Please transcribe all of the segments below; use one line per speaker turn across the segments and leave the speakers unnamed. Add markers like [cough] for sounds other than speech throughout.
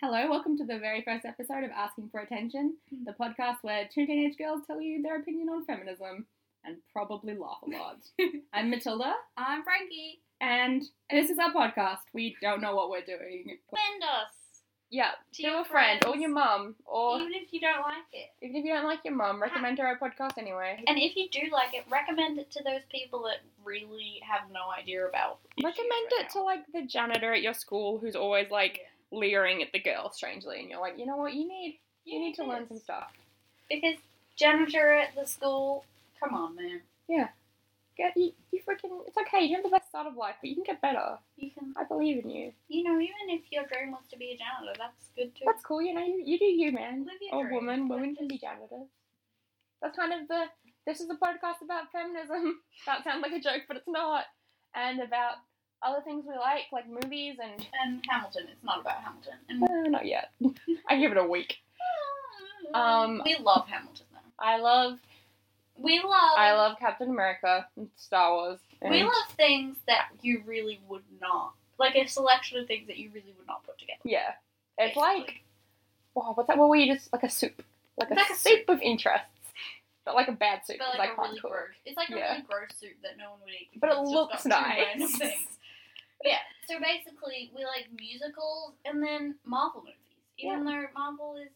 Hello, welcome to the very first episode of Asking for Attention, the podcast where two teenage girls tell you their opinion on feminism and probably laugh a lot. [laughs] I'm Matilda,
I'm Frankie.
and this is our podcast. We don't know what we're doing.
Send us.
Yeah,
To
do
your
a friend or
friends.
your mum, or
Even if you don't like it.
even if you don't like your mum, recommend her our podcast anyway.
And if you do like it, recommend it to those people that really have no idea about
Recommend it to like the janitor at your school who's always like leering at the girl strangely, and you're like, you know what, you need you need to learn some stuff.
Because janitor at the school, come on, man.
Get you, you freaking. It's okay. You don't have the best start of life, but you can get better.
You can,
I believe in you.
you know, even if your dream was to be a janitor, that's good too.
That's cool, you know, you, you do you, man.
Live your
Or
dream.
woman.
Like
Women can be
this.
janitors. That's kind of the. This is a podcast about feminism. [laughs] that sounds like a joke, but it's not. And about other things we like, like movies and. [laughs]
And Hamilton, it's not about Hamilton. And,
Uh, not yet. I give it a week. Um,
we love Hamilton though.
I love.
We love.
I love Captain America and Star Wars. And
Um, We love things that you really would not like a selection of things that you really would not put together.
Yeah. It's
basically.
like. Wow, what's that? What were you just. Like a soup. Like a,
Like a
soup of interests. But like a bad soup,
but
because
like
I
a
can't
really
cook.
gross. It's like
Yeah.
a really gross soup that no one would eat.
But it
because it's just
looks
got two random
nice.
things. yeah. So basically, we like musicals and then Marvel movies, even though Marvel is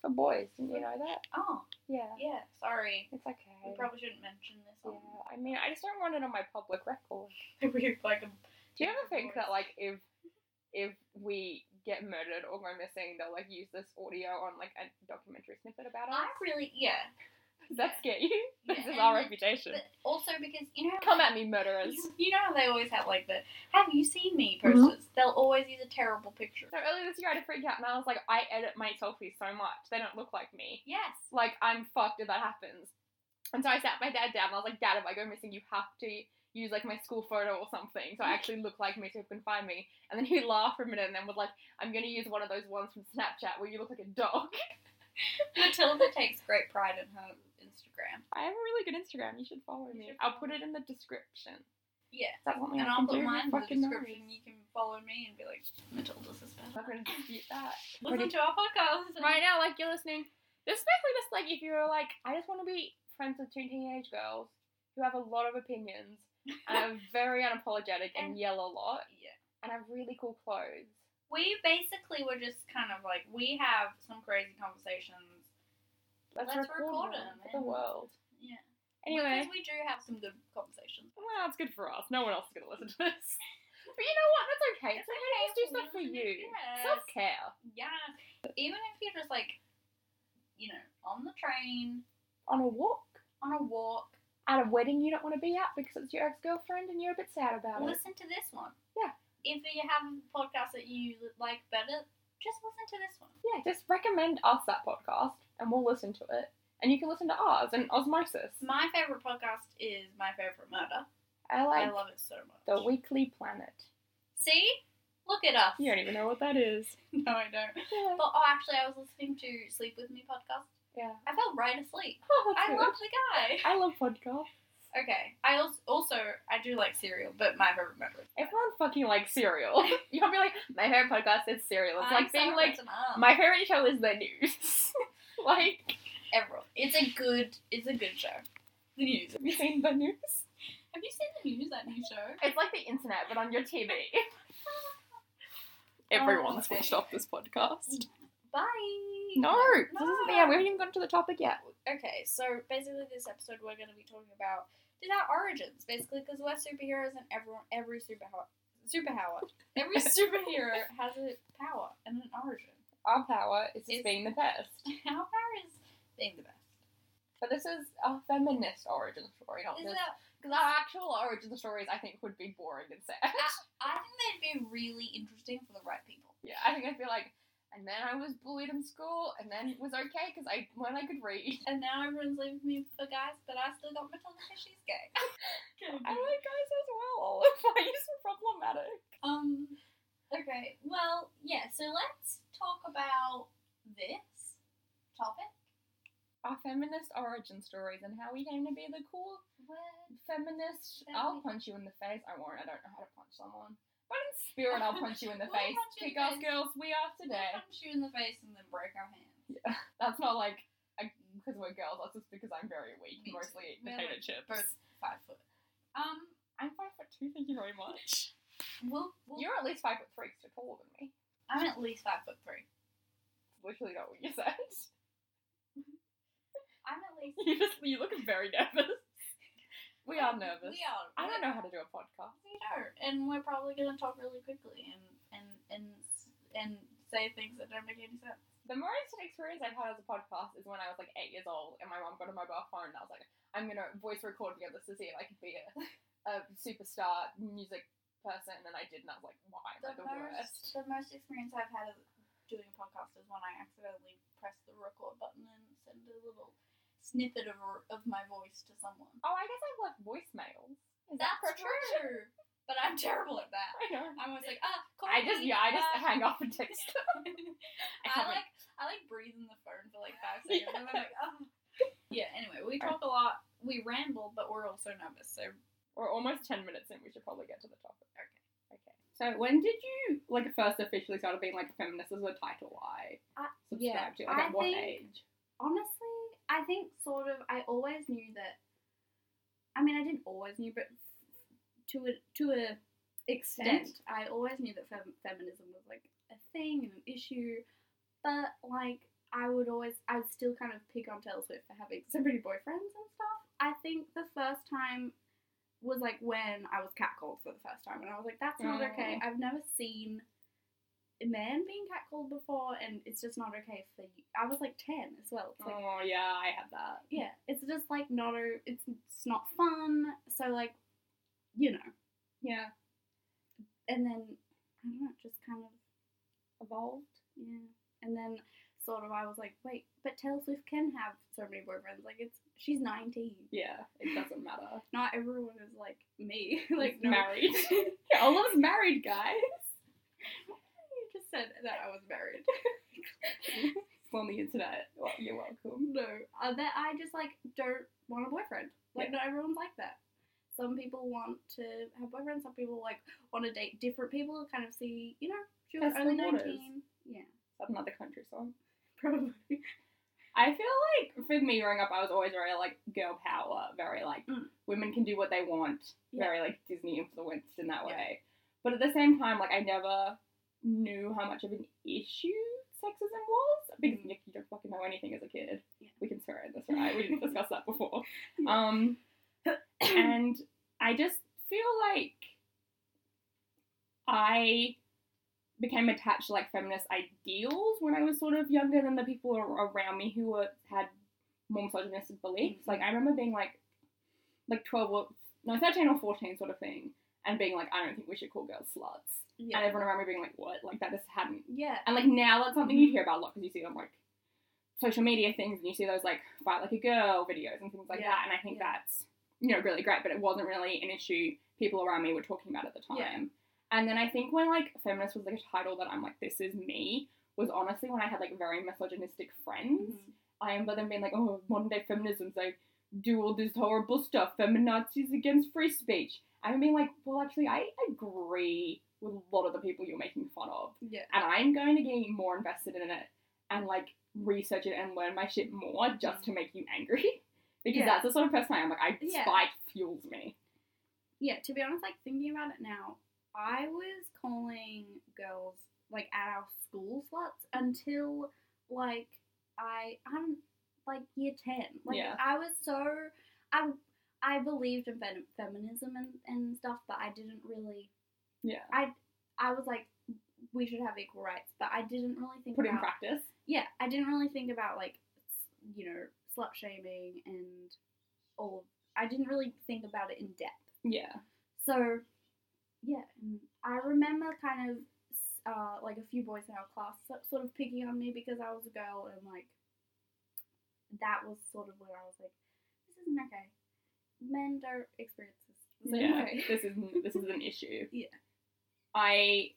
For boys, didn't you know that?
oh
Yeah.
yeah. Sorry,
It's okay.
we probably shouldn't mention this.
Yeah,
On [laughs]
I mean, I just don't want it on my public record.
we're
[laughs]
like a,
Do you ever think that
Voice.
like if if we get murdered or go missing, they'll like use this audio on like a documentary snippet about us?
I really yeah.
[laughs] Does that scare you?
yeah.
This is
and
our
then-
reputation.
But also because you know
Come at me, [laughs] murderers.
[laughs] You, you know how they always have like the "Have you seen me?"
Mhm.
posters. They'll always use a terrible
[laughs]
picture.
So earlier this year, I had a freak out, and I was like, I edit my selfies so much; they don't look like me.
Yes.
Like I'm fucked if that happens. And so I sat my dad down, and I was like, Dad, if I go missing, you have to use like my school photo or something, so I actually look like me, so you can find me. And then he laughed for a minute, and then was like, I'm gonna use one of those ones from Snapchat where you look like a dog.
Matilda takes great pride in her Instagram.
[laughs] I have a really good Instagram. You should follow
You
me.
should
I'll put
follow me.
it in the description.
Yeah.
Is that something
And
Oh, I
I'll
can
put
do?
mine in the
Fucking
description.
nice.
You can follow me and be like, Matilda's a special.
[laughs] I'm gonna dispute that.
Listen to our podcast.
right now, like you're listening, this is basically just like if you're like, I just want to be friends with two teenage girls who have a lot of
[laughs]
opinions and are very unapologetic and
And-
yell a lot
Yeah.
and have really cool clothes.
We basically were just kind of like, we have some crazy conversations.
Let's,
Let's record
them
them
for the
and-
world.
Yeah.
Anyway,
Because we do have some good conversations.
well, that's good for us. No one else is gonna listen to
[laughs]
this. But you know what? That's okay. It's
It's
okay. Let's do
okay
stuff
for
for
you.
you.
Yes.
Self care.
Yeah. Even if you're just like, you know, on the train,
On a walk.
on a walk,
At a wedding you don't want to be at because it's your ex girlfriend and you're a bit sad about it.
listen to this one.
Yeah.
If you have a podcast that you like better, just listen to this one.
Yeah, just recommend us that podcast and we'll listen to it. And you can listen to ours and Osmosis.
My favorite podcast is My Favorite Murder.
I like
I love it so much.
The Weekly Planet.
See? Look at us.
You don't even know what that is.
No, I don't.
Yeah.
But oh, actually, I was listening to Sleep With Me podcast.
yeah. [laughs]
I fell right asleep.
Oh, that's
I
good.
love the guy.
I love podcasts.
Okay. I also, also I do like cereal, but My Favorite Murder. is better.
Everyone fucking likes cereal. [laughs] you can't be like, my favorite podcast is cereal. It's
I'm
like being
so
like,
written up.
my favorite show is the news. [laughs] like,
Everyone. It's a good. It's a good show. The news.
have you seen the news?
Have you seen the news? That new show.
It's like the internet, but on your TV.
Oh,
[laughs] Everyone's switched
okay.
off this podcast.
Bye.
[laughs] No, this isn't- yeah, we haven't even gotten to the topic yet.
Okay, so basically, this episode we're going to be talking about just our origins, basically, because we're superheroes and everyone, every superpower, superpower, every superhero has a power and an origin.
Our power is just
It's-
being the best.
Our power is being the best.
But this is a feminist origin story, not
Is
this.
that,
Because our actual origin stories, I think, would be boring and sad. [laughs]
I think they'd be really interesting for the right people.
yeah, I think I'd be like, and then I was bullied in school, and then it was okay because I when I could read. [laughs]
And now everyone's leaving me for guys, but I still got Matilda because she's gay. [laughs]
I like guys as well. [laughs] Why are you so problematic?
um, okay, well, yeah, so let's talk about this topic.
Our feminist origin stories and how we came to be the cool
Where
feminist.
Femi-
I'll punch you in the face. I won't. I don't know how to punch someone. But When in spirit, I'll punch you in [laughs] the
We'll
face.
punch you in
Kick
the
ass
face.
girls, we are today.
Punch you in the face and then break our hands.
That's not like because we're girls. That's just because I'm very weak.
Me too.
mostly eat
We're
potato
like
chips.
Both five foot. Um,
I'm five foot two. Thank you very much.
we'll, we'll
You're at least five foot three. 'cause you're taller than me.
I'm at least five foot three.
Literally not what you said. [laughs]
I'm at least.
You just you look very nervous. We are nervous.
We are.
I don't know how to do a podcast.
We are, and we're probably gonna talk really quickly and and and s- and say things that don't make any sense.
The most experience I've had as a podcast is when I was like eight years old and my mom got a mobile phone and I was like, I'm gonna voice record together to see if I can be a, a [laughs] superstar music person and I did and I was like, why am I
The
the
most
worst?
the most experience I've had of doing a podcast is when I accidentally pressed the record button and sent a little snippet of of my voice to someone.
Oh, I guess I've left voicemails. Is that
That's
protrusion?
true, but I'm terrible at that.
I know.
I'm always like, ah, call
I just
me,
yeah, I just
ah."
Uh,
hang up and
[laughs]
text. [laughs]
I like I like breathe in the phone for like five seconds and I'm like, oh. Yeah, anyway, we talk a lot. We ramble, but we're also nervous, so
We're almost ten minutes in. We should probably get to the topic.
Okay.
Okay. So when did you like first officially started being like feminist as a title I
Uh, yeah,
subscribe to? Like
I
at what
think-
age?
honestly, I think sort of I always knew that. I mean, I didn't always knew, but to a to a extent, I always knew that fem- feminism was like a thing and an issue. But like, I would always, I would still kind of pick on Taylor Swift for having so many boyfriends and stuff. I think the first time was like when I was catcalled for the first time, and I was like, that's not
Oh.
okay. I've never seen a man being catcalled before, and it's just not okay for you. I was like ten as well. It's like,
Oh yeah, I had that.
yeah, it's just like not a, it's, it's not fun. So like, you know,
Yeah.
and then I don't know, it just kind of
Evolved.
yeah. And then sort of I was like, wait, but Taylor Swift can have so many boyfriends. Like it's she's nineteen.
Yeah, it doesn't
[laughs]
matter.
Not everyone is like me. [laughs] like no.
married. Oliver's married, guys. [laughs]
you just said that I was married.
It's on the internet. Well, you're welcome.
no, uh, that I just like don't want a boyfriend. Like
Yeah.
not everyone's like that. Some people want to have boyfriends. Some people like want to date different people. Kind of see, you know, she was
Test the
only
waters.
nineteen. Yeah,
That's another country song.
probably.
I feel like for me growing up, I was always very like girl power, very like
Mm.
women can do what they want,
Yeah.
very like Disney influenced in that
Yeah.
way. But at the same time, like I never knew how much of an issue sexism was because
Mm.
Nick, you don't fucking know anything as a kid.
Yeah.
We can swear in this, right? We didn't discuss that before.
[laughs] Yeah. [clears throat]
Um, and I just feel like I became attached to like feminist ideals when I was sort of younger than the people ar- around me who were had more misogynistic beliefs. Like I remember being like like twelve or no thirteen or fourteen sort of thing, and being like, I don't think we should call girls sluts,
Yeah,
and everyone around me being like, what? Like that just hadn't.
yeah,
And like now that's something
Mm-hmm.
you hear about a lot because you see it on like social media things and you see those like fight like a girl videos and things like
Yeah,
that. And I think
yeah.
that's you know really great, but it wasn't really an issue people around me were talking about at the time.
Yeah.
And then I think when like feminist was like a title that I'm like this is me was honestly when I had like very misogynistic friends.
Mhm.
I remember them being like, oh, modern day feminism's like do all this horrible stuff, feminazis against free speech. I'm being like, well, actually, I agree with a lot of the people you're making fun of
yeah.
and I'm going to get more invested in it and like research it and learn my shit more just to make you angry. [laughs] Because
Yeah.
that's the sort of person I am. Like, I
Yeah.
spite fuels me.
Yeah, to be honest, like thinking about it now, I was calling girls like at our school sluts until like I I'm like year ten. Like
Yeah.
I was so I I believed in fem- feminism and, and stuff, but I didn't really.
Yeah.
I was like, we should have equal rights, but I didn't really think
Put it in
about
practice.
yeah, I didn't really think about like s- you know slut shaming and all. Of, I didn't really think about it in depth.
Yeah.
So, yeah, and I remember kind of uh, like a few boys in our class so- sort of picking on me because I was a girl, and like that was sort of where I was like, this isn't okay. Men don't experience this. the same
yeah.
way."
[laughs] this is this is an issue.
[laughs] Yeah.
I.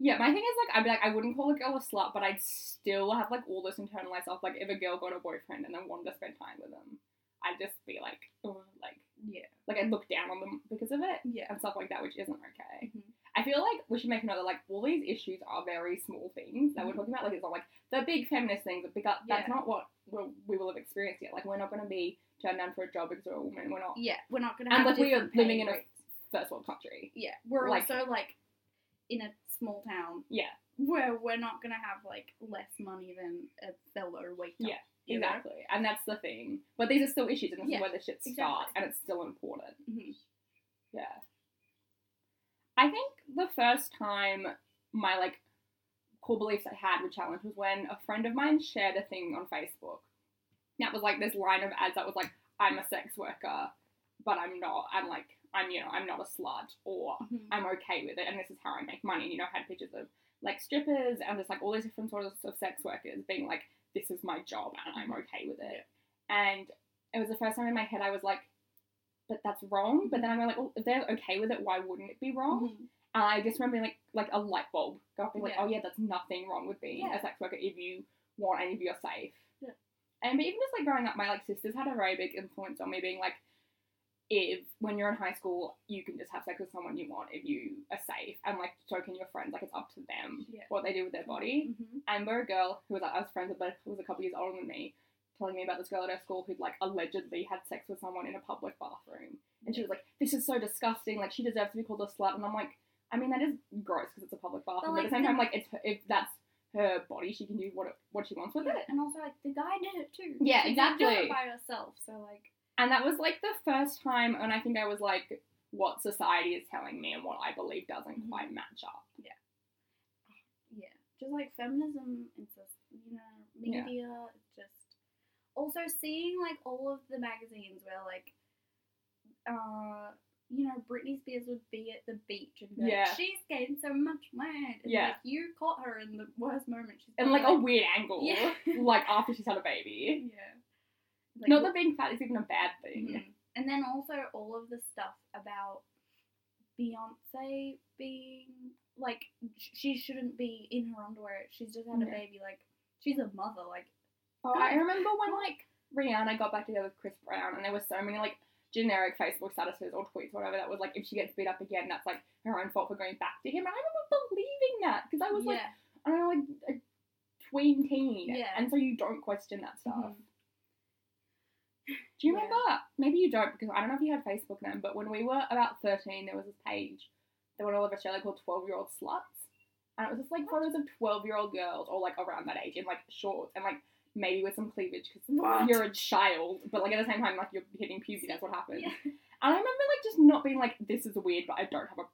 Yeah, my thing is like I'd be like I wouldn't call a girl a slut, but I'd still have like all this internalized stuff. Like if a girl got a boyfriend and then wanted to spend time with them, I'd just be like, oh, like
yeah,
like I'd look down on them because of it
yeah,
and stuff like that, which isn't okay.
Mhm.
I feel like we should make a note that like all these issues are very small things that we're talking about. Like it's not like the big feminist things that pick up. That's
Yeah.
not what we're, we will have experienced yet. Like we're not going to be turned down for a job because we're a woman. We're not
Yeah, we're not gonna.
And,
have
like, we are
different pay
living in a-
rates.
first world country.
Yeah, we're
like-
also like in a small town.
Yeah.
where we're not gonna have like less money than a fellow waiter.
Yeah,
you know?
Exactly, and that's the thing. But these are still issues, and this
Yeah,
is where the shit starts,
exactly.
and it's still important.
Mhm.
Yeah. I think the first time my like core beliefs I had were challenged was when a friend of mine shared a thing on Facebook. That was like this line of ads that was like, "I'm a sex worker, but I'm not. I'm like, I'm you know, I'm not a slut, or
Mhm.
I'm okay with it, and this is how I make money. And, you know, I had pictures of like strippers and just like all these different sorts of sex workers being like, this is my job and I'm okay with it. And it was the first time in my head I was like, but that's wrong. But then I'm like, well, if they're okay with it, why wouldn't it be wrong?
Mhm.
And I just remember being like, like a light bulb go off being like,
Yeah.
oh yeah, that's nothing wrong with being
Yeah.
a sex worker if you want and if you're safe.
Yeah.
And but even just like growing up, my like sisters had a very big influence on me being like, if when you're in high school, you can just have sex with someone you want if you are safe, and like so can your friends. Like it's up to them
Yeah.
what they do with their body.
Mhm.
I remember a girl who was like, I was friends with, but who was a couple years older than me, telling me about this girl at her school who'd like allegedly had sex with someone in a public bathroom. And she was like, This is so disgusting. Like, she deserves to be called a slut. And I'm like, I mean, that is gross because it's a public bathroom. But, at
like,
the same
the-
time, like, it's her, if that's her body, she can do what, what she wants with it.
And also, like the guy did it too.
Yeah,
She didn't do it
exactly.
by herself, so like.
And that was like the first time, and I think I was like, what society is telling me and what I believe doesn't
Mhm.
quite match up.
yeah, just like feminism and just you know
Yeah.
media, it's just also seeing like all of the magazines where like, uh, you know Britney Spears would be at the beach and be like,
Yeah.
she's gained so much weight, and
Yeah.
like you caught her in the worst moment. She's
And like
probably,
a weird angle,
Yeah.
[laughs] like after she's had a baby.
yeah, [laughs] Like,
Not that being fat is even a bad thing.
Mhm. And then also all of the stuff about Beyonce being like sh- she shouldn't be in her underwear. She's just had a
Yeah.
baby. Like she's a mother. Like
Oh, I
God.
remember when like Rihanna got back together with Chris Brown, and there were so many like generic Facebook statuses or tweets, or whatever. That was like, if she gets beat up again, that's like her own fault for going back to him. And I remember believing that because I was like,
yeah,
I don't know, like a tween teen,
Yeah.
and so you don't question that stuff.
mhm.
Do you
Yeah.
remember? Maybe you don't because I don't know if you had Facebook then, but when we were about 13, there was this page that went all over Australia called 12 year old sluts. And it was just like photos of 12 year old girls or like around that age in like shorts and like maybe with some cleavage because
What?
you're a child, but like at the same time, like you're hitting puberty, that's what happens.
Yeah.
And I remember like just not being like, this is weird, but I don't have a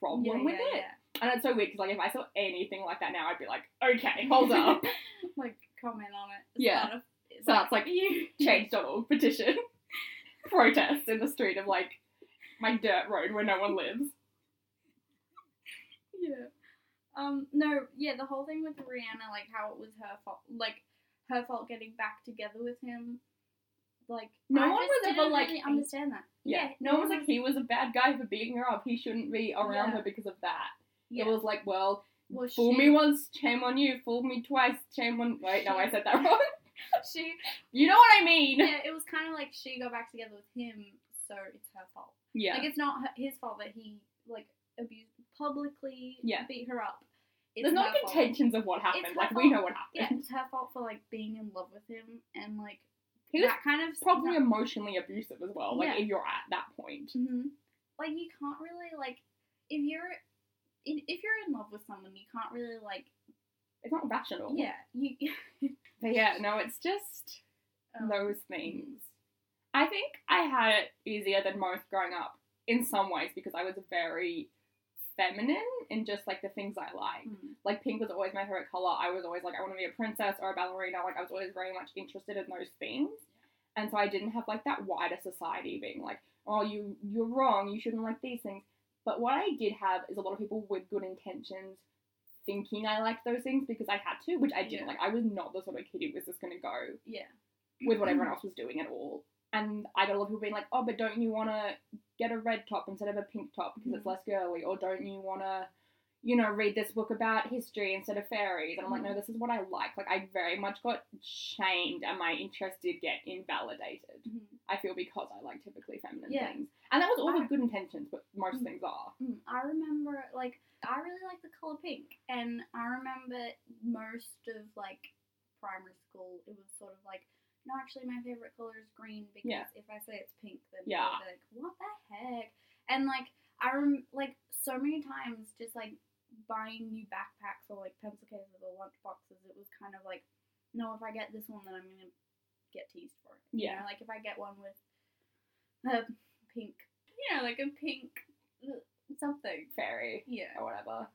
problem
Yeah,
with
yeah,
it. And it's so weird because like if I saw anything like that now, I'd be like, okay, hold up.
yeah. like comment on it.
Yeah.
Start a-
So that's like [laughs] change.org petition. [laughs] Protest in the street of like my dirt road where no one lives.
[laughs] yeah. Um no yeah the whole thing with Rihanna like how it was her fault like her fault getting back together with him like
No
I
one
just
was ever,
didn't
like,
really understand that
Yeah.
Yeah,
no one was like he was a bad guy for beating her up. He shouldn't be around
Yeah.
her because of that.
yeah
It was like, well,
well,
fool
she-
me once, shame on you. Fool me twice, shame on. Wait, no, I said that [laughs] wrong.
she
You know what I mean?
[laughs] yeah, it was kind of like she got back together with him, so it's her fault.
Yeah.
Like it's not her, his fault that he like abused publicly,
Yeah.
beat her up. It's
There's no
her fault.
contentions of what
It's
happened.
her
Like we
fault.
know what
Yeah,
happened.
it's her fault for like being in love with him and like
He was
that kind of
probably emotionally abusive as well. Like
Yeah.
if you're at that point.
hmm like you can't really like if you're in, if you're in love with someone, you can't really like
It's not rational.
yeah you [laughs]
But yeah, no, it's just
um,
those things. I think I had it easier than most growing up in some ways because I was very feminine in just like the things I like.
mhm.
Like pink was always my favorite color. I was always like I want to be a princess or a ballerina. Like I was always very much interested in those things. And so I didn't have like that wider society being like, "Oh, you you're wrong. You shouldn't like these things." But what I did have is a lot of people with good intentions thinking I liked those things because I had to, which I didn't.
Yeah.
Like I was not the sort of kid who was just going to go
yeah
with what
Mm.
everyone else was doing at all. And I got a lot of people being like, oh, but don't you want to get a red top instead of a pink top because it's
Mhm.
less girly? Or don't you want to, you know, read this book about history instead of fairies? And I'm
Mm.
like, no, this is what I like. Like, I very much got shamed and my interest did get invalidated.
mhm.
I feel because I like typically feminine
Yeah.
things. And that was all
I-
with good intentions, but most
Mm.
things are.
Mm, I remember, like, I really like the color pink, and I remember most of like primary school, it was sort of like, no, actually, my favorite color is green because
Yeah.
if I say it's pink, then
Yeah.
people will be like, what the heck? And like, I rem like so many times just like buying new backpacks or like pencil cases or lunch boxes, it was kind of like, no, if I get this one, then I'm gonna get teased for it. You
Yeah.
know, like if I get one with a pink, you know, like a pink uh, something.
fairy
Yeah.
or whatever.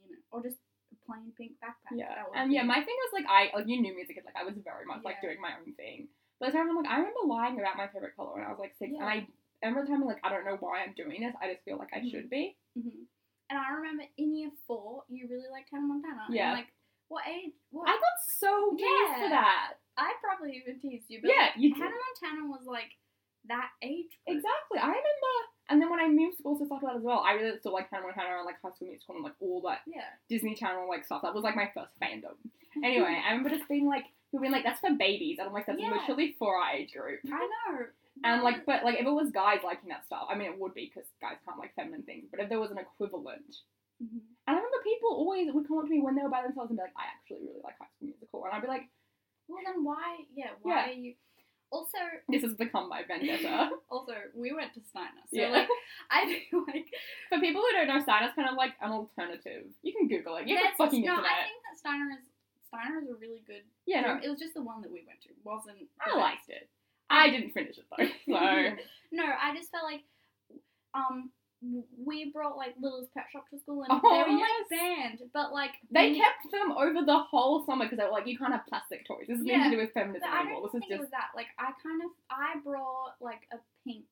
You know, or just a plain pink backpack.
Yeah,
That would
and
be-
yeah, my thing is like I like you knew me as a kid, like I was very much like
Yeah.
doing my own thing. But at the time I'm like I remember lying about my favorite color when I was like six,
Yeah.
and I remember the time I'm like I don't know why I'm doing this. I just feel like I
Mhm.
should be.
Mhm. And I remember in year four, you really liked Hannah Montana. And,
Yeah.
like, what age? What,
I
I,
got so teased for
Yeah.
that.
probably even teased you, but
Yeah,
like,
you did.
Hannah Montana was like that age. group.
Exactly. I remember. And then when I moved schools to stuff like that as well, I really still like Hannah Montana and like High School Musical and like all that
Yeah.
Disney Channel like stuff. That was like my first fandom. Anyway, I remember just being like, people being like, that's for babies, and I'm like, that's
Mm. Yeah.
literally for our age group.
[laughs] I know.
And like, but like, if it was guys liking that stuff, I mean, it would be because guys can't like feminine things. But if there was an equivalent,
Mhm.
and I remember people always would come up to me when they were by themselves and be like, I actually really like High School Musical, and I'd be like,
Well, then why? Yeah, why
Yeah.
are you. Also,
this has become my vendetta.
[laughs] also, we went to Steiner, so
Yeah.
like, I feel like
for people who don't know, Stein is kind of like an alternative. You can Google it. [laughs] You have
Yes,
the fucking
no,
internet.
I think that Steiner is Steiner is a really good.
yeah, no,
It was just the one that we went to wasn't. the
I liked
best.
it. I didn't finish it though, so
[laughs] No, I just felt like, um, we brought like Little's Pet Shop to school and
Oh,
they were
yes.
like banned, but like
they
we-
kept them over the whole summer because they were like, you can't have plastic toys. This is nothing
Yeah.
to do with feminism
But I don't
anymore. This
think
is
it
just
was that. Like I kind of I brought like a pink,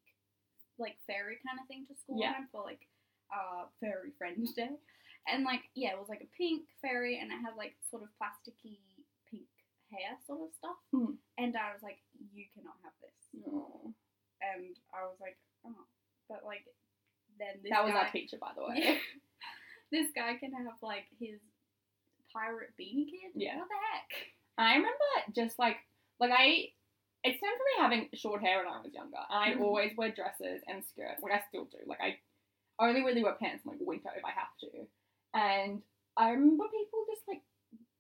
like fairy kind of thing to school
Yeah.
one for like, uh, Fairy Friends Day, and like yeah, it was like a pink fairy and it had like sort of plasticky pink hair sort of stuff,
Mm.
and I was like, you cannot have this,
Aw.
and I was like, oh, but like then this
that was
guy,
our teacher, by the way.
[laughs] Yeah. this guy can have like his pirate beanie kid.
Yeah.
What the heck?
I remember just like like I it stemmed from me having short hair when I was younger, and I'd
Mhm.
always wear dresses and skirts. Like I still do. Like I only really wear pants in like winter if I have to. And I remember people just like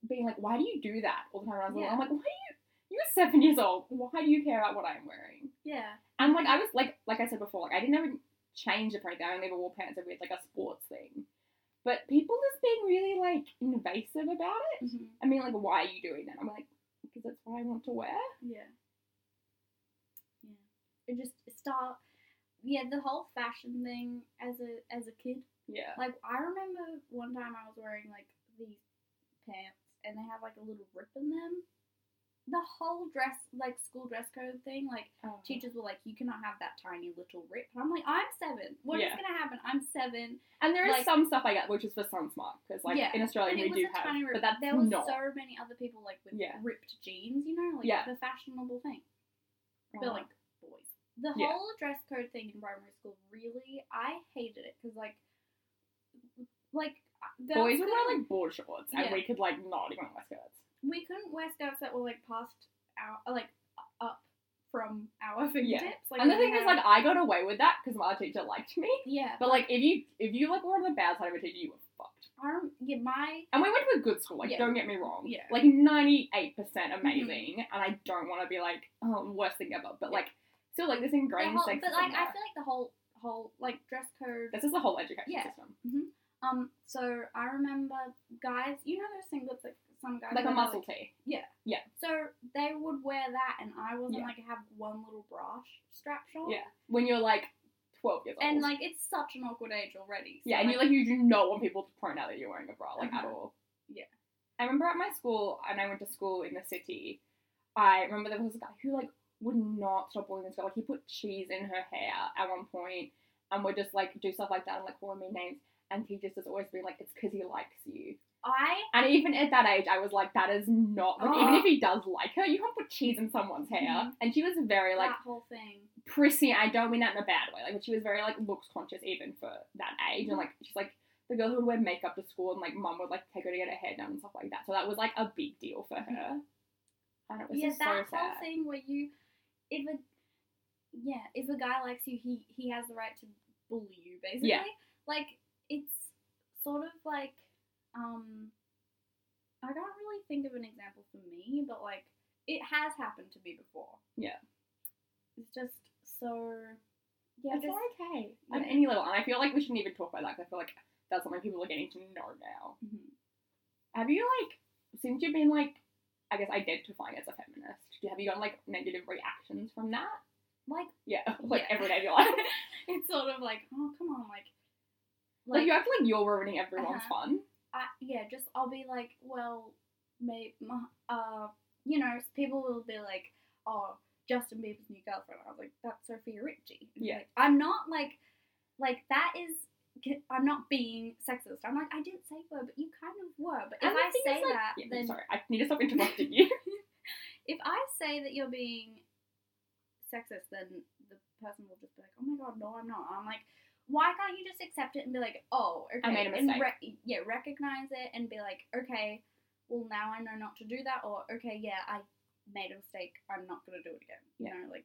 being like, "Why do you do that all the time?" And I was like,
Yeah.
"I'm like, why do you? You're seven years old. Why do you care about what I'm wearing?"
Yeah.
And like I was like like I said before, like I didn't ever change the ponytail. I only ever wore pants if we had like a sports thing. But people just being really like invasive about it.
Mhm.
I mean, like, why are you doing that? I'm like, because that's what I want to wear.
Yeah. Yeah. It just it start yeah, the whole fashion thing as a as a kid.
Yeah.
Like I remember one time I was wearing like these pants and they had like a little rip in them. The whole dress like school dress code thing, like
Um,
teachers were like, You cannot have that tiny little rip and I'm like, I'm seven. What is
Yeah.
gonna happen? I'm seven.
and there is
like-
some stuff I get, which is for Sunsmart, because like
Yeah,
in Australia
and
we
it was
do
a
have,
tiny rip.
but that's
there was
not.
so many other people like with
Yeah.
ripped jeans, you know, like
Yeah.
the fashionable thing.
Uh,
but like boys. The
Yeah.
whole dress code thing in primary school really, I hated it because like, like girls
boys would wear
couldn't-
like board shorts, and
Yeah.
we could like not even wear skirts.
we couldn't wear skirts that were like past our like up from our [laughs] fingertips. Like,
and the
we
thing is,
had-
like, I got away with that because my teacher liked me.
yeah,
But like, if you if you like were on the bad side of a teacher, you were fucked.
I rem- yeah, my
And we went to a good school. Like,
Yeah.
don't get me wrong.
Yeah. Mm-hmm.
Like ninety eight percent amazing, and I don't want to be like oh, worst thing ever. But
Yeah.
like, still like this
the
ingrained
whole,
sexism.
but like I
there.
feel like the whole whole like dress code.
This is the whole education
Yeah.
system.
Um, so I remember guys, you know those singlets like some guys
Like a
wear,
muscle tee.
So they would wear that, and I wasn't
Yeah.
like have one little bra sh- strap short.
Yeah. When you're like 12 years old.
And like it's such an awkward age already. so,
yeah, and you like, you do not want people to point out that you're wearing a bra, like, at
Uh-huh.
all.
Yeah.
I remember at my school, and I went to school in the city, I remember there was this guy who, like, would not stop wearing this girl. Like, he put cheese in her hair at one point, and would just, like, do stuff like that and, like, calling me names. And teachers has always been like, it's because he likes you.
I
And even at that age, I was like, that is not, like, even
Ah. [gasps]
if he does like her, you can't put cheese in someone's hair.
Mhm.
And she was very, like,
that whole thing.
prissy. I don't mean that in a bad way. Like, but she was very like looks conscious even for that age, and like she's like the girl who would wear makeup to school, and like mum would like take her to get her hair done and stuff like that. So that was like a big deal for her. And it was
Yeah,
just so
that whole
sad.
thing where you, if a, yeah, if a guy likes you, he he has the right to bully you basically.
Yeah.
Like it's sort of like um I can't really think of an example for me, but like it has happened to me before.
Yeah.
It's just so yeah,
it's
just,
all okay at
Yeah.
any level, and I feel like we shouldn't even talk about that. 'cause I feel like that's something people are getting to know now.
Mhm.
Have you like since you've been like, I guess identifying as a feminist? do- Have you gotten like negative reactions from that?
[laughs] like [laughs]
Yeah, [laughs] like
Yeah.
every day of your
[laughs]
life.
it's sort of like, oh come on, like
like, you have to like you're ruining everyone's
Uh-huh.
fun.
I, yeah, just I'll be like, well, maybe, uh, you know, people will be like, oh, Justin Bieber's new girlfriend. I was like, that's Sophia Richie. And
Yeah.
like, I'm not like, like that is. I'm not being sexist. I'm like I didn't say were, but you kind of were. But if
And the
I
thing
say
is, like-
that,
Yeah, I'm
then
sorry, I need to stop interrupting you. [laughs]
if I say that you're being sexist, then the person will just be like, "Oh my god, no, I'm not." I'm like, "Why can't you just accept it and be like, oh, okay,
I made a
and re- yeah, recognize it and be like, okay, well now I know not to do that, or okay, yeah, I made a mistake. I'm not gonna do it again. You know, like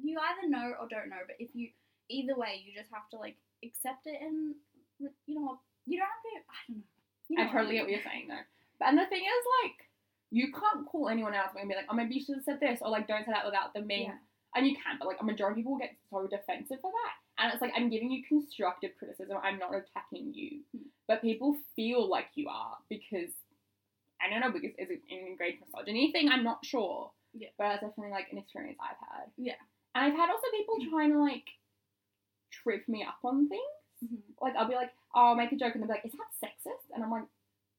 you either know or don't know, but if you either way, you just have to like accept it and you know, you don't have to. I don't know. You know
I
what
totally
mean.
get what you're saying though. But and the thing is like you can't call anyone out and be like, oh maybe you should have said this or like don't say that without them being
Yeah.
and you can, but like a majority of people get so defensive for that. And it's like I'm giving you constructive criticism, I'm not attacking you.
Hmm.
But people feel like you are because I don't know, because is it an ingrained misogyny thing? I'm not sure.
Yeah.
But that's definitely like an experience I've had.
Yeah. Hmm.
And I've had also people trying to like trip me up on things
Mhm.
like I'll be like, oh, I'll make a joke, and they'll be like, is that sexist? And I'm like,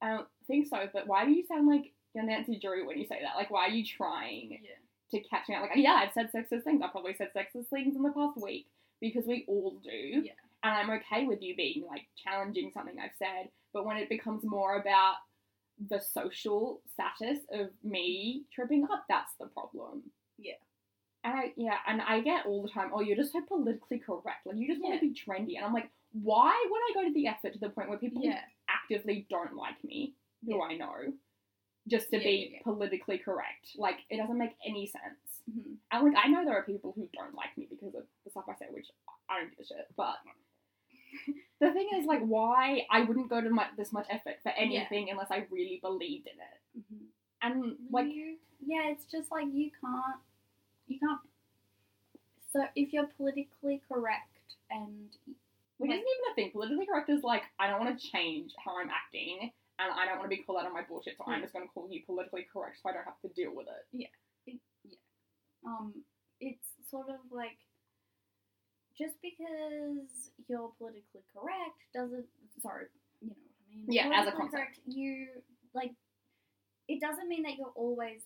I don't think so, but why do you sound like you're Nancy Drew when you say that? Like, why are you trying
Yeah.
to catch me out? Like, yeah, I've said sexist things. I've probably said sexist things in the past week because we all do.
Yeah.
And I'm okay with you being like challenging something I've said, but when it becomes more about the social status of me tripping up, that's the problem.
Yeah.
And I yeah, and I get all the time, oh, you're just so politically correct. Like you just want to be trendy, and I'm like, why would I go to the effort to the point where people
Yeah.
actively don't like me, who
Yeah.
I know, just to
Yeah,
be
yeah, yeah.
politically correct? Like it doesn't make any sense.
Mhm.
And like I know there are people who don't like me because of the stuff I say, which I don't give a shit. But [laughs] the thing is, like, why I wouldn't go to my, this much effort for anything unless I really believed in it.
Mhm.
And like,
you, yeah, it's just like you can't, you can't. So if you're politically correct and
which
Like-
isn't even a thing. Politically correct is like I don't want to change how I'm acting, and I don't want to be called out on my bullshit, so I'm just going to call you politically correct, so I don't have to deal with it.
um, it's sort of like just because you're politically correct doesn't. Sorry, you know what I mean.
Yeah, as a
Politically
concept.
correct, you like it doesn't mean that you're always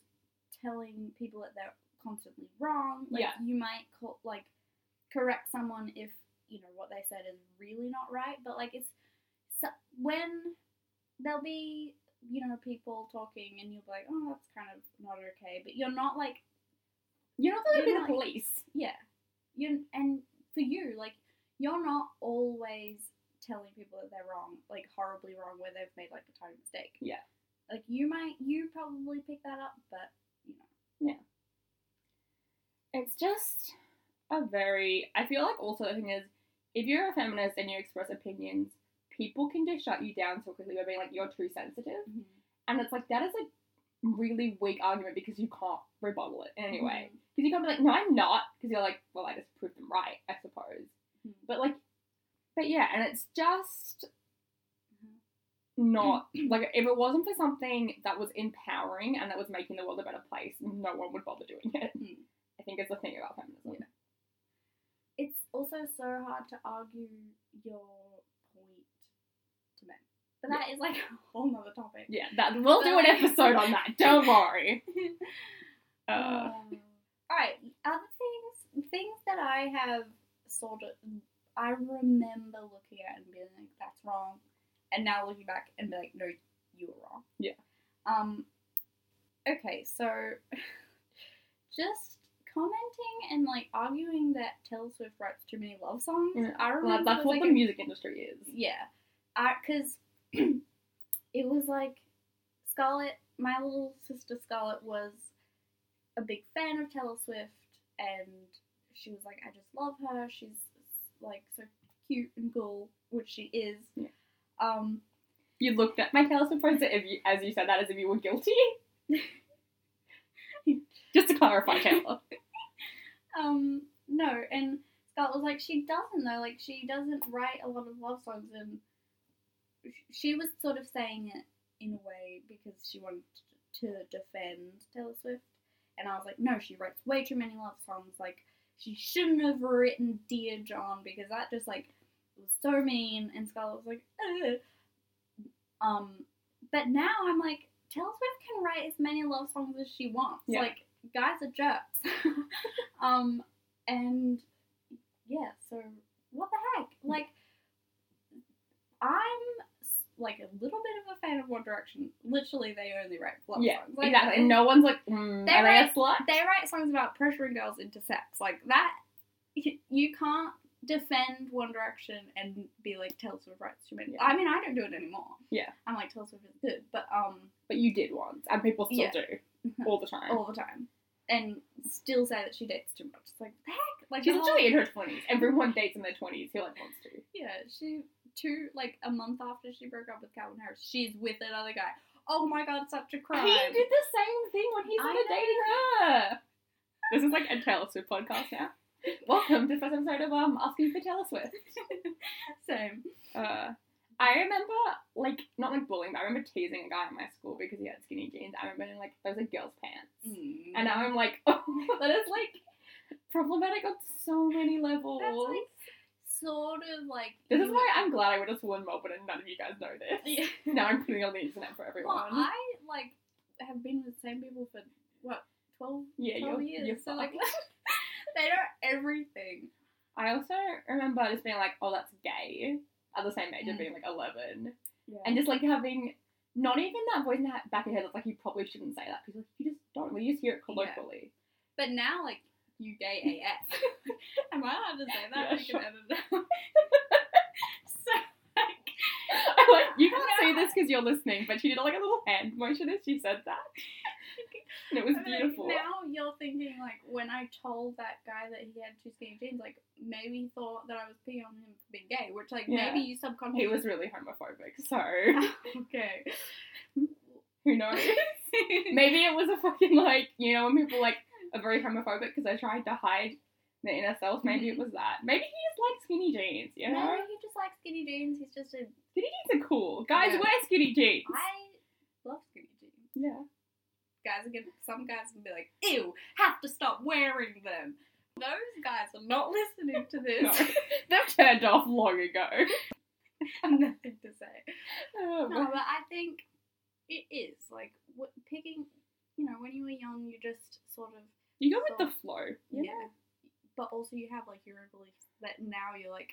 telling people that they're constantly wrong. Like,
Yeah.
you might call, like correct someone if you know what they said is really not right, but like it's so, when there'll be you know people talking and you'll be like, oh, that's kind of not okay, but you're not like
You're not going to be
You're
the
not-
police.
yeah. You and for you, like you're not always telling people that they're wrong, like horribly wrong, where they've made like a tiny mistake.
Yeah.
Like you might, you probably pick that up, but you know.
it's just a very i feel like also the thing is if you're a feminist and you express opinions people can just shut you down so quickly by being like you're too sensitive and it's like that is a really weak argument because you can't rebuttal it in any way
Mhm.
because you can't be like no i'm not because you're like well i just proved them right i suppose
Mhm.
but like but yeah and it's just
Mhm.
not like if it wasn't for something that was empowering and that was making the world a better place no one would bother doing it
Mm.
i think it's the thing about feminism
It's also so hard to argue your point to men, but that is like [laughs] a whole nother topic.
Yeah, that we'll do an episode on that. Don't
[laughs]
worry. Uh,
all right. Um, Other things, things that I have sort of, I remember looking at and being like, "That's wrong," and now looking back and be like, "No, you were wrong."
Yeah.
Um. Okay, so [laughs] just commenting and like arguing that Taylor Swift writes too many love songs.
Yeah.
I
well,
remember
that's
was,
what
Oh, like,
the
a-
music industry is.
yeah, I because [clears throat] it was like Scarlett, my little sister Scarlett was a big fan of Taylor Swift, and she was like, I just love her. She's like so cute and cool, which she is.
Yeah.
Um,
You looked at my Callisto poster if you, as you said that as if you were
[laughs]
guilty. Just to clarify, Taylor.
um, no, and Scarlett was like, she doesn't though. Like, she doesn't write a lot of love songs, and sh- she was sort of saying it in a way because she wanted to defend Taylor Swift. And I was like, no, she writes way too many love songs. Like, she shouldn't have written Dear John because that just like was so mean. And Scarlett was like, Ugh. um, but now I'm like, Taylor Swift can write as many love songs as she wants.
Yeah.
Like, guys are jerks. [laughs] um, and yeah, so what the heck? Like, I'm s- like a little bit of a fan of One Direction. Literally, they only write love
Yeah,
songs. Like,
exactly. And no one's like, mm,
They
are they a
write-
slut?
they write songs about pressuring girls into sex. Like that, you can't defend One Direction and be like Taylor Swift writes too many.
Yeah.
I mean, I don't do it anymore.
Yeah.
I'm like Taylor Swift is good, but um,
But you did once, and people still
Yeah. Mm-hmm. Oh,
do all the time.
all the time, and still say that she dates too much. It's like the heck, like oh.
She's
the whole-
literally in her twenties. Everyone dates in their twenties who like wants to.
Yeah, she two like a month after she broke up with Calvin Harris, she's with another guy. Oh my god, such a crime.
He did the same thing when he
I
started
know.
dating her. This is like a Taylor Swift podcast now. Welcome to the first episode of um Asking for Taylor Swift.
Same.
Uh, I remember like not like bullying, but I remember teasing a guy in my school because he had skinny jeans. I remember being like those are girls' pants,
Mm.
and now I'm like, [laughs] oh, that is like problematic on so many levels.
that's like sort of like
this is why I'm glad I went to school in Melbourne and none of you guys know this.
[laughs] Yeah.
[laughs] Now I'm putting it on the internet for everyone.
Well, I like have been with the same people for what 12,
yeah,
12
you're,
years.
you're
so like
fucked.
[laughs] they know everything.
I also remember just being like, oh, that's gay at the same age of
Mm.
being like 11.
Yeah.
And just like having not even that voice in that back of your head that's like, you probably shouldn't say that because like, you just don't. We just hear it colloquially. [laughs]
but now like you gay AF. [laughs] Am I allowed to say that?
Yeah,
we
sure.
can edit
[laughs]
that. out. so like
I'm like, you can't say this because you're listening, but she did like a little hand motion as she said that. [laughs] and it was
I mean,
beautiful.
now you're thinking like when I told that guy that he had two skinny jeans, like maybe he thought that I was picking on him for being gay, which like
Yeah.
maybe you subconsciously
He
[laughs]
was really homophobic, so
okay.
who
[laughs]
knows? [laughs] Maybe it was a fucking like, you know, when people like are very homophobic because they tried to hide their inner selves. Maybe
Mm-hmm.
it was that. Maybe he just liked skinny jeans, you know?
Maybe he just likes skinny jeans. He's just a
Skinny jeans are cool. Guys
Yeah.
wear skinny jeans.
I love skinny jeans. [laughs]
Yeah.
Guys are gonna some guys can be like, ew, have to stop wearing them. Those guys are not listening to this. [laughs]
No. [laughs] They've turned off long ago.
I have nothing to say.
Um,
No, but I think it is like what, picking. You know, when you were young, you just sort of
you go with the flow. you
yeah.
know?
But also, you have like your own beliefs that now you're like.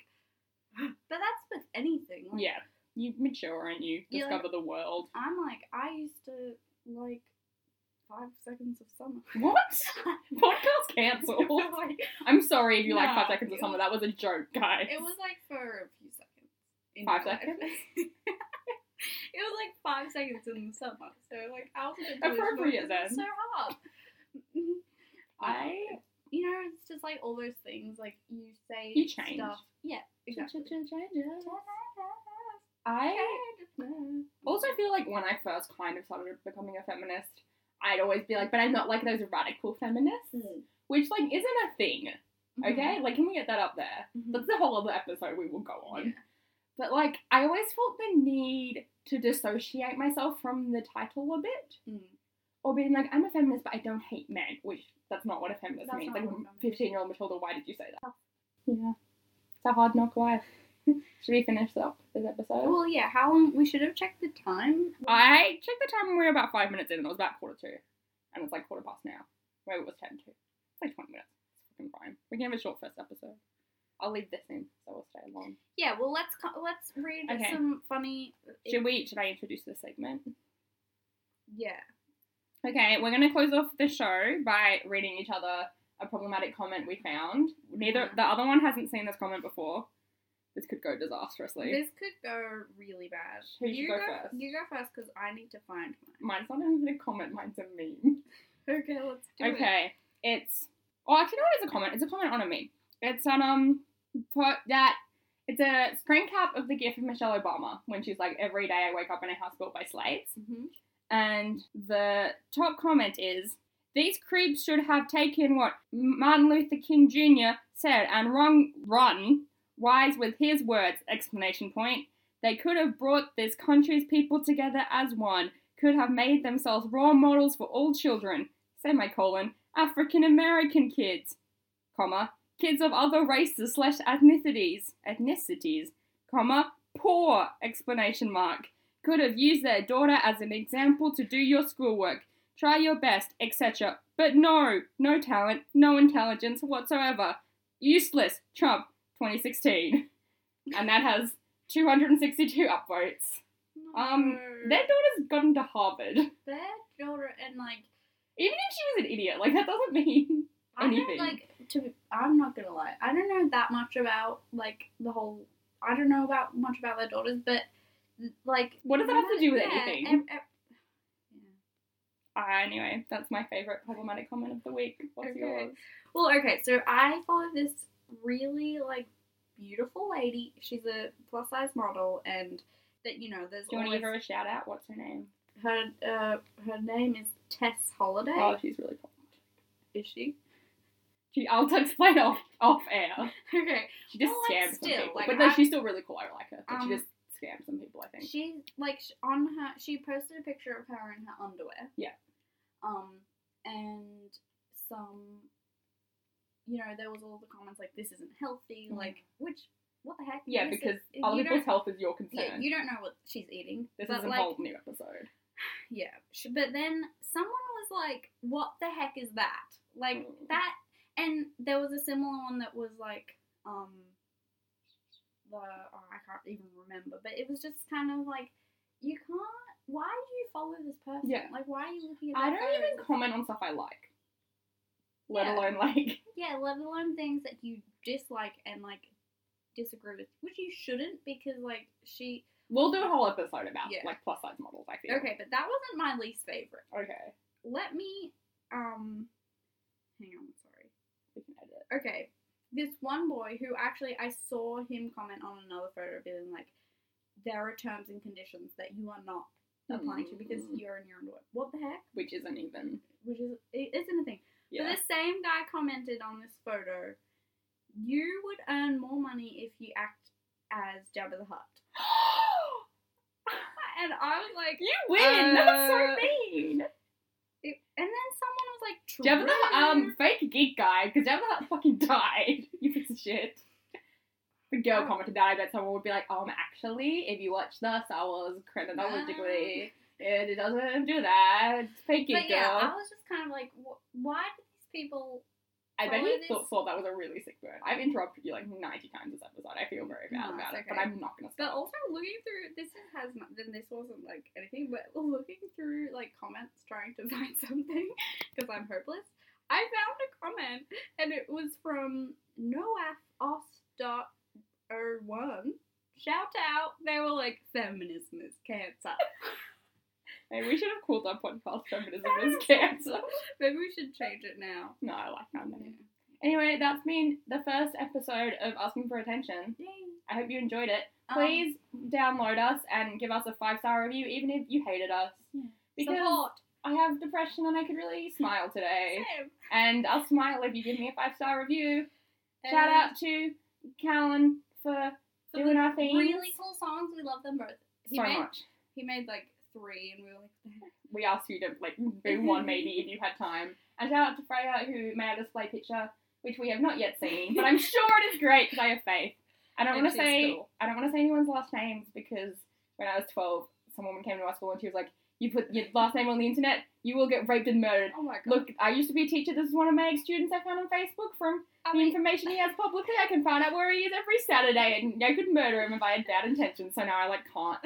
[gasps] But that's with anything. Like,
Yeah. You mature and you
You're
discover the
[laughs]
world.
I'm like I used to like five seconds of summer. [laughs]
What? Podcast cancelled.
like,
I'm sorry if you like
No,
Five Seconds of
it
Summer. That was a joke, guys.
it was like for a few seconds. in
Five
my life. [laughs]
seconds?
it was like five seconds in the summer, so like I was a bit delusional
Appropriate
'cause it's
then. Mm-hmm.
So hard.
I
[laughs] you know, it's just like all those things. Like you say,
You change.
Stuff. Yeah, exactly.
I
Change.
also feel like when I first kind of started becoming a feminist, I'd always be like, but I'm not like those radical feminists,
Hmm. Mm-hmm.
which like isn't a thing.
Mhm.
Okay, like can we get that up there?
Mhm.
That's a whole other episode we will go on.
Yeah.
But like I always felt the need to dissociate myself from the title a bit.
Mm.
Or being like, I'm a feminist but I don't hate men, which that's not what a feminist
That's
means.
not
Like
what a feminist Oh.
fifteen year old Matilda, why did you say that? Yeah. It's a hard knock life. [laughs] Should we finish up this episode?
Well, yeah. How long? We should have checked the time.
I checked the time and we were about five minutes in and it was about quarter to. And it's like quarter past now. Maybe it was ten to. It's like twenty minutes. It's fucking fine. We can have a short first episode. I'll leave this in so we'll stay long.
Yeah. Well, let's co- let's read
Okay.
some funny.
Should we? Should I introduce the segment?
Yeah.
Okay, we're gonna close off the show by reading each other a problematic comment we found. Neither the other one hasn't seen this comment before. This could go disastrously.
This could go really bad.
Who should
you
go first?
You go first because I need to find mine.
mine's not even a comment. Mine's a meme.
Okay, let's do it.
okay, it's. Oh, actually, no, it's a comment. It's a comment on a meme. It's an um, put that It's a screen cap of the gif of Michelle Obama when she's like, every day I wake up in a house built by slaves.
Mm-hmm.
And the top comment is These creeps should have taken what Martin Luther King Jr. said and run, run wise with his words! Explanation point. They could have brought this country's people together as one, could have made themselves role models for all children, semicolon, African American kids, comma, kids of other races slash ethnicities, ethnicities, comma, poor, explanation mark could have used their daughter as an example to do your schoolwork, try your best, etc. But no, no talent, no intelligence whatsoever. Useless, Trump, 2016. And that has 262 upvotes. Um, Their daughter's gotten to Harvard. Even
their daughter and like
if she was an idiot, like that doesn't [laughs] mean
I
anything.
don't like to. Be, I'm not gonna lie. I don't know that much about like the whole. I don't know about much about their daughters, but like
What does that have to do with
yeah,
anything?
ev- ev-
Ah, anyway, that's my favorite problematic comment of the week. What's
Okay.
yours?
Well, okay, so I follow this really like beautiful lady. She's a plus size model, and that you know, there's
Do you want to
always
give her a shout out? What's her name?
her uh, her name is Tess Holiday.
Oh, she's really cool.
Is she?
She, I'll [laughs] explain off off air.
[laughs] Okay,
She just
Well, like,
scammed some
Oh, still,
people,
like,
but no,
I-
she's still really cool. I like her. But
Um,
she just scammed some people, I think.
she like sh- on her she posted a picture of her in her underwear.
Yeah.
Um, and some, you know, there was all the comments like this isn't healthy,
Mm.
like which what the heck?
yeah,
This
because
is-
other
you
people's
don't-
health is your concern.
Yeah, you don't know what she's eating.
this
but,
is a
like,
whole new episode.
Yeah, sh- but then someone was like, "What the heck is that?" Like
Mm.
that, and there was a similar one that was like, um, the oh, I can't even remember, but it was just kind of like, you can't. Why do you follow this person?
Yeah.
Like, why are you looking at?
I
their
don't even
photos?
comment on stuff I like, let
Yeah.
alone like. [laughs]
Yeah, let alone things that you dislike and like disagree with, which you shouldn't, because like she.
We'll do a whole episode about
Yeah.
like plus size models. I think.
Okay, but that wasn't my least favorite.
Okay.
Let me, um, hang on. Sorry.
We can edit. it.
okay, this one boy who actually I saw him comment on another photo being like, there are terms and conditions that you are not applying to because
Mm.
you're in your underwear. What the heck?
Which isn't even.
Which is it isn't a thing.
Yeah.
But the same guy commented on this photo, you would earn more money if you act as Jabba the Hutt. And I was like,
[gasps] you win. That's
Uh,
so mean.
it- and then someone was like, True.
Jabba the um fake geek guy because Jabba the Hutt fucking [laughs] died. you piece of shit. If a girl
Oh.
commented that, I bet someone would be like, um, actually, if you watch the Star Wars chronologically, it it doesn't do that. It's fake geek
but yeah,
girl.
I was just kind of like, wh- why do these people
I bet
Follow
you
this-
thought, thought that was a really sick burn. I've interrupted you like 90 times this episode. I feel very bad
No,
about
it's
it, but
okay.
I'm not going to
But
stop.
also looking through this is- has not then this wasn't like anything, but looking through like comments trying to [laughs] find something because I'm hopeless. I found a comment and it was from noafos.01. Shout out! They were like, "Feminism is cancer."
Maybe we should have called our podcast
[laughs]
Feminism is Cancer.
Maybe we should change it now.
No, I like that name. Anyway, that's been the first episode of Asking for Attention. I hope you enjoyed it.
Um,
Please download us and give us a five star review, even if you hated us.
Yeah.
Because
support.
I have depression and I could really smile today.
[laughs] Same.
And I'll smile if you give me a five star review. Shout out to Callan for
for
doing
the
our things.
Really cool songs. We love them both. He
so
made
much.
he made like three, and we were like, "What the heck?"
we asked you to like
[laughs]
do one maybe if you had time. And shout out to Freya who made our display picture, which we have not yet seen, but
[laughs]
I'm sure it is great because I have faith. I don't
And
want to
she's
say
cool.
I don't want to say anyone's last names because when I was twelve, some woman came to my school and she was like, "You put your last name on the internet, you will get raped and murdered."
"Oh my god!"
Look, I used to be a teacher. This is one of my ex-students I found on Facebook. From
I
the
mean,
information he has publicly, I can find out where he is every Saturday, and I could murder him if I had bad intentions. So now I like
[laughs]
can't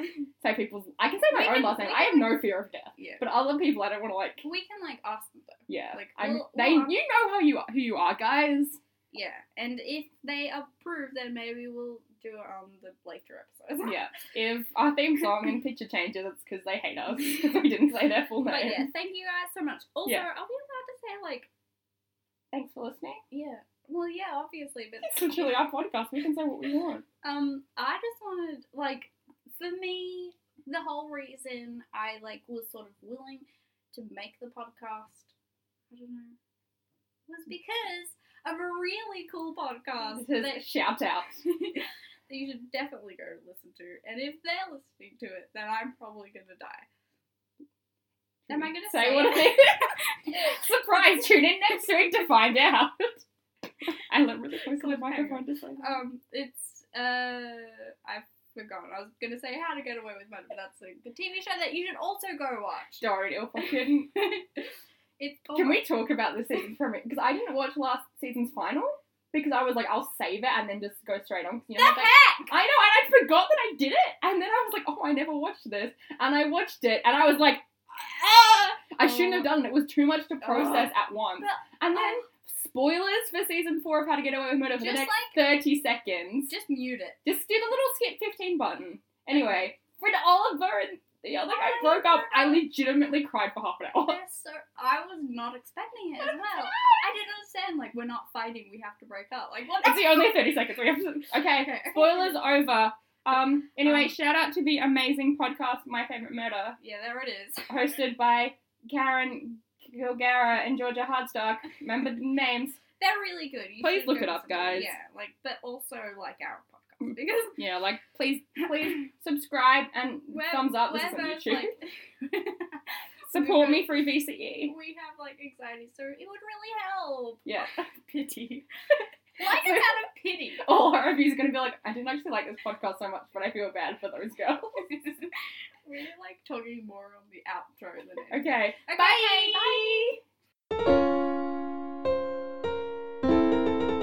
say people's. I can say my
We
own
can-
last name.
we
I have
can-
no fear of death.
yeah.
But other people, I don't want to like.
We can like ask them though.
Yeah,
Like,
I'm.
well-
they,
well, I'm-
you know how you are, who you are,
[laughs]
guys.
Yeah, and if they approve, then maybe we'll do it on the later episode.
Yeah. If our theme song and picture changes, it's because they hate
[laughs]
us because we didn't say their full name.
[laughs] But yeah, thank you guys so much. Also,
Yeah.
are we allowed to say like
Thanks for listening.
yeah? Well, yeah, obviously, but
It's literally our podcast. We can say what we want.
[laughs] Um, I just wanted like for me the whole reason I like was sort of willing to make the podcast. I don't know. Was because of a really cool podcast
This
that,
is shout out. [laughs]
[laughs] that you should definitely go listen to. And if they're listening to it, then I'm probably gonna die. Am I gonna
say,
say
what
it?
I think? Surprise! Tune in next week to find out. [laughs] I live really close to the microphone to say that.
[laughs] Um, it's uh, I forgot. I was gonna say How to Get Away with Murder, but that's a good TV show that you should also go watch.
Don't it'll fucking. [laughs]
It's
Can we talk about the season from it? Because I didn't watch last season's final because I was like, I'll save it and then just go straight on. 'cause You know,
the
like,
heck?
I know, and I forgot that I did it, and then I was like, oh, I never watched this, and I watched it, and I was like, ah, I shouldn't
Oh.
have done it. It was too much to process at once. And then spoilers for season four of How to Get Away with Murder for the
Just
next
like-
thirty seconds.
Just mute it.
Just do the little skip 15 button. Anyway, when Oliver and the other guy broke up, I legitimately cried for half an
[laughs]
hour.
Yes, so I was not expecting it as well. I didn't understand. Like we're not fighting. We have to break up. Like what?
It's the only 30 seconds we have to. Okay,
[laughs] Okay.
spoilers over. Um, anyway,
Um,
shout out to the amazing podcast, My Favorite Murder,
Yeah, there it is.
hosted by Karen Kilgara and Georgia Hardstock. Remember the names.
They're really good. You
Please
should
look
go
it up,
listen to
guys.
Yeah, like but also like our podcast
[laughs]
because
Yeah, like, please, please subscribe and
we're,
thumbs up. This
We're
is on
both,
YouTube.
like,
[laughs] Support
we're-
me through [laughs]
[laughs]
VCE.
we have like anxiety, so it would really help.
Yeah. [laughs] Pity.
Like it's out of pity.
all our reviews are gonna be like, I didn't actually like this podcast so much, but I feel bad for those girls.
[laughs]
[laughs]
We're like talking more on the outro than it.
Okay.
Okay,
Bye. Bye.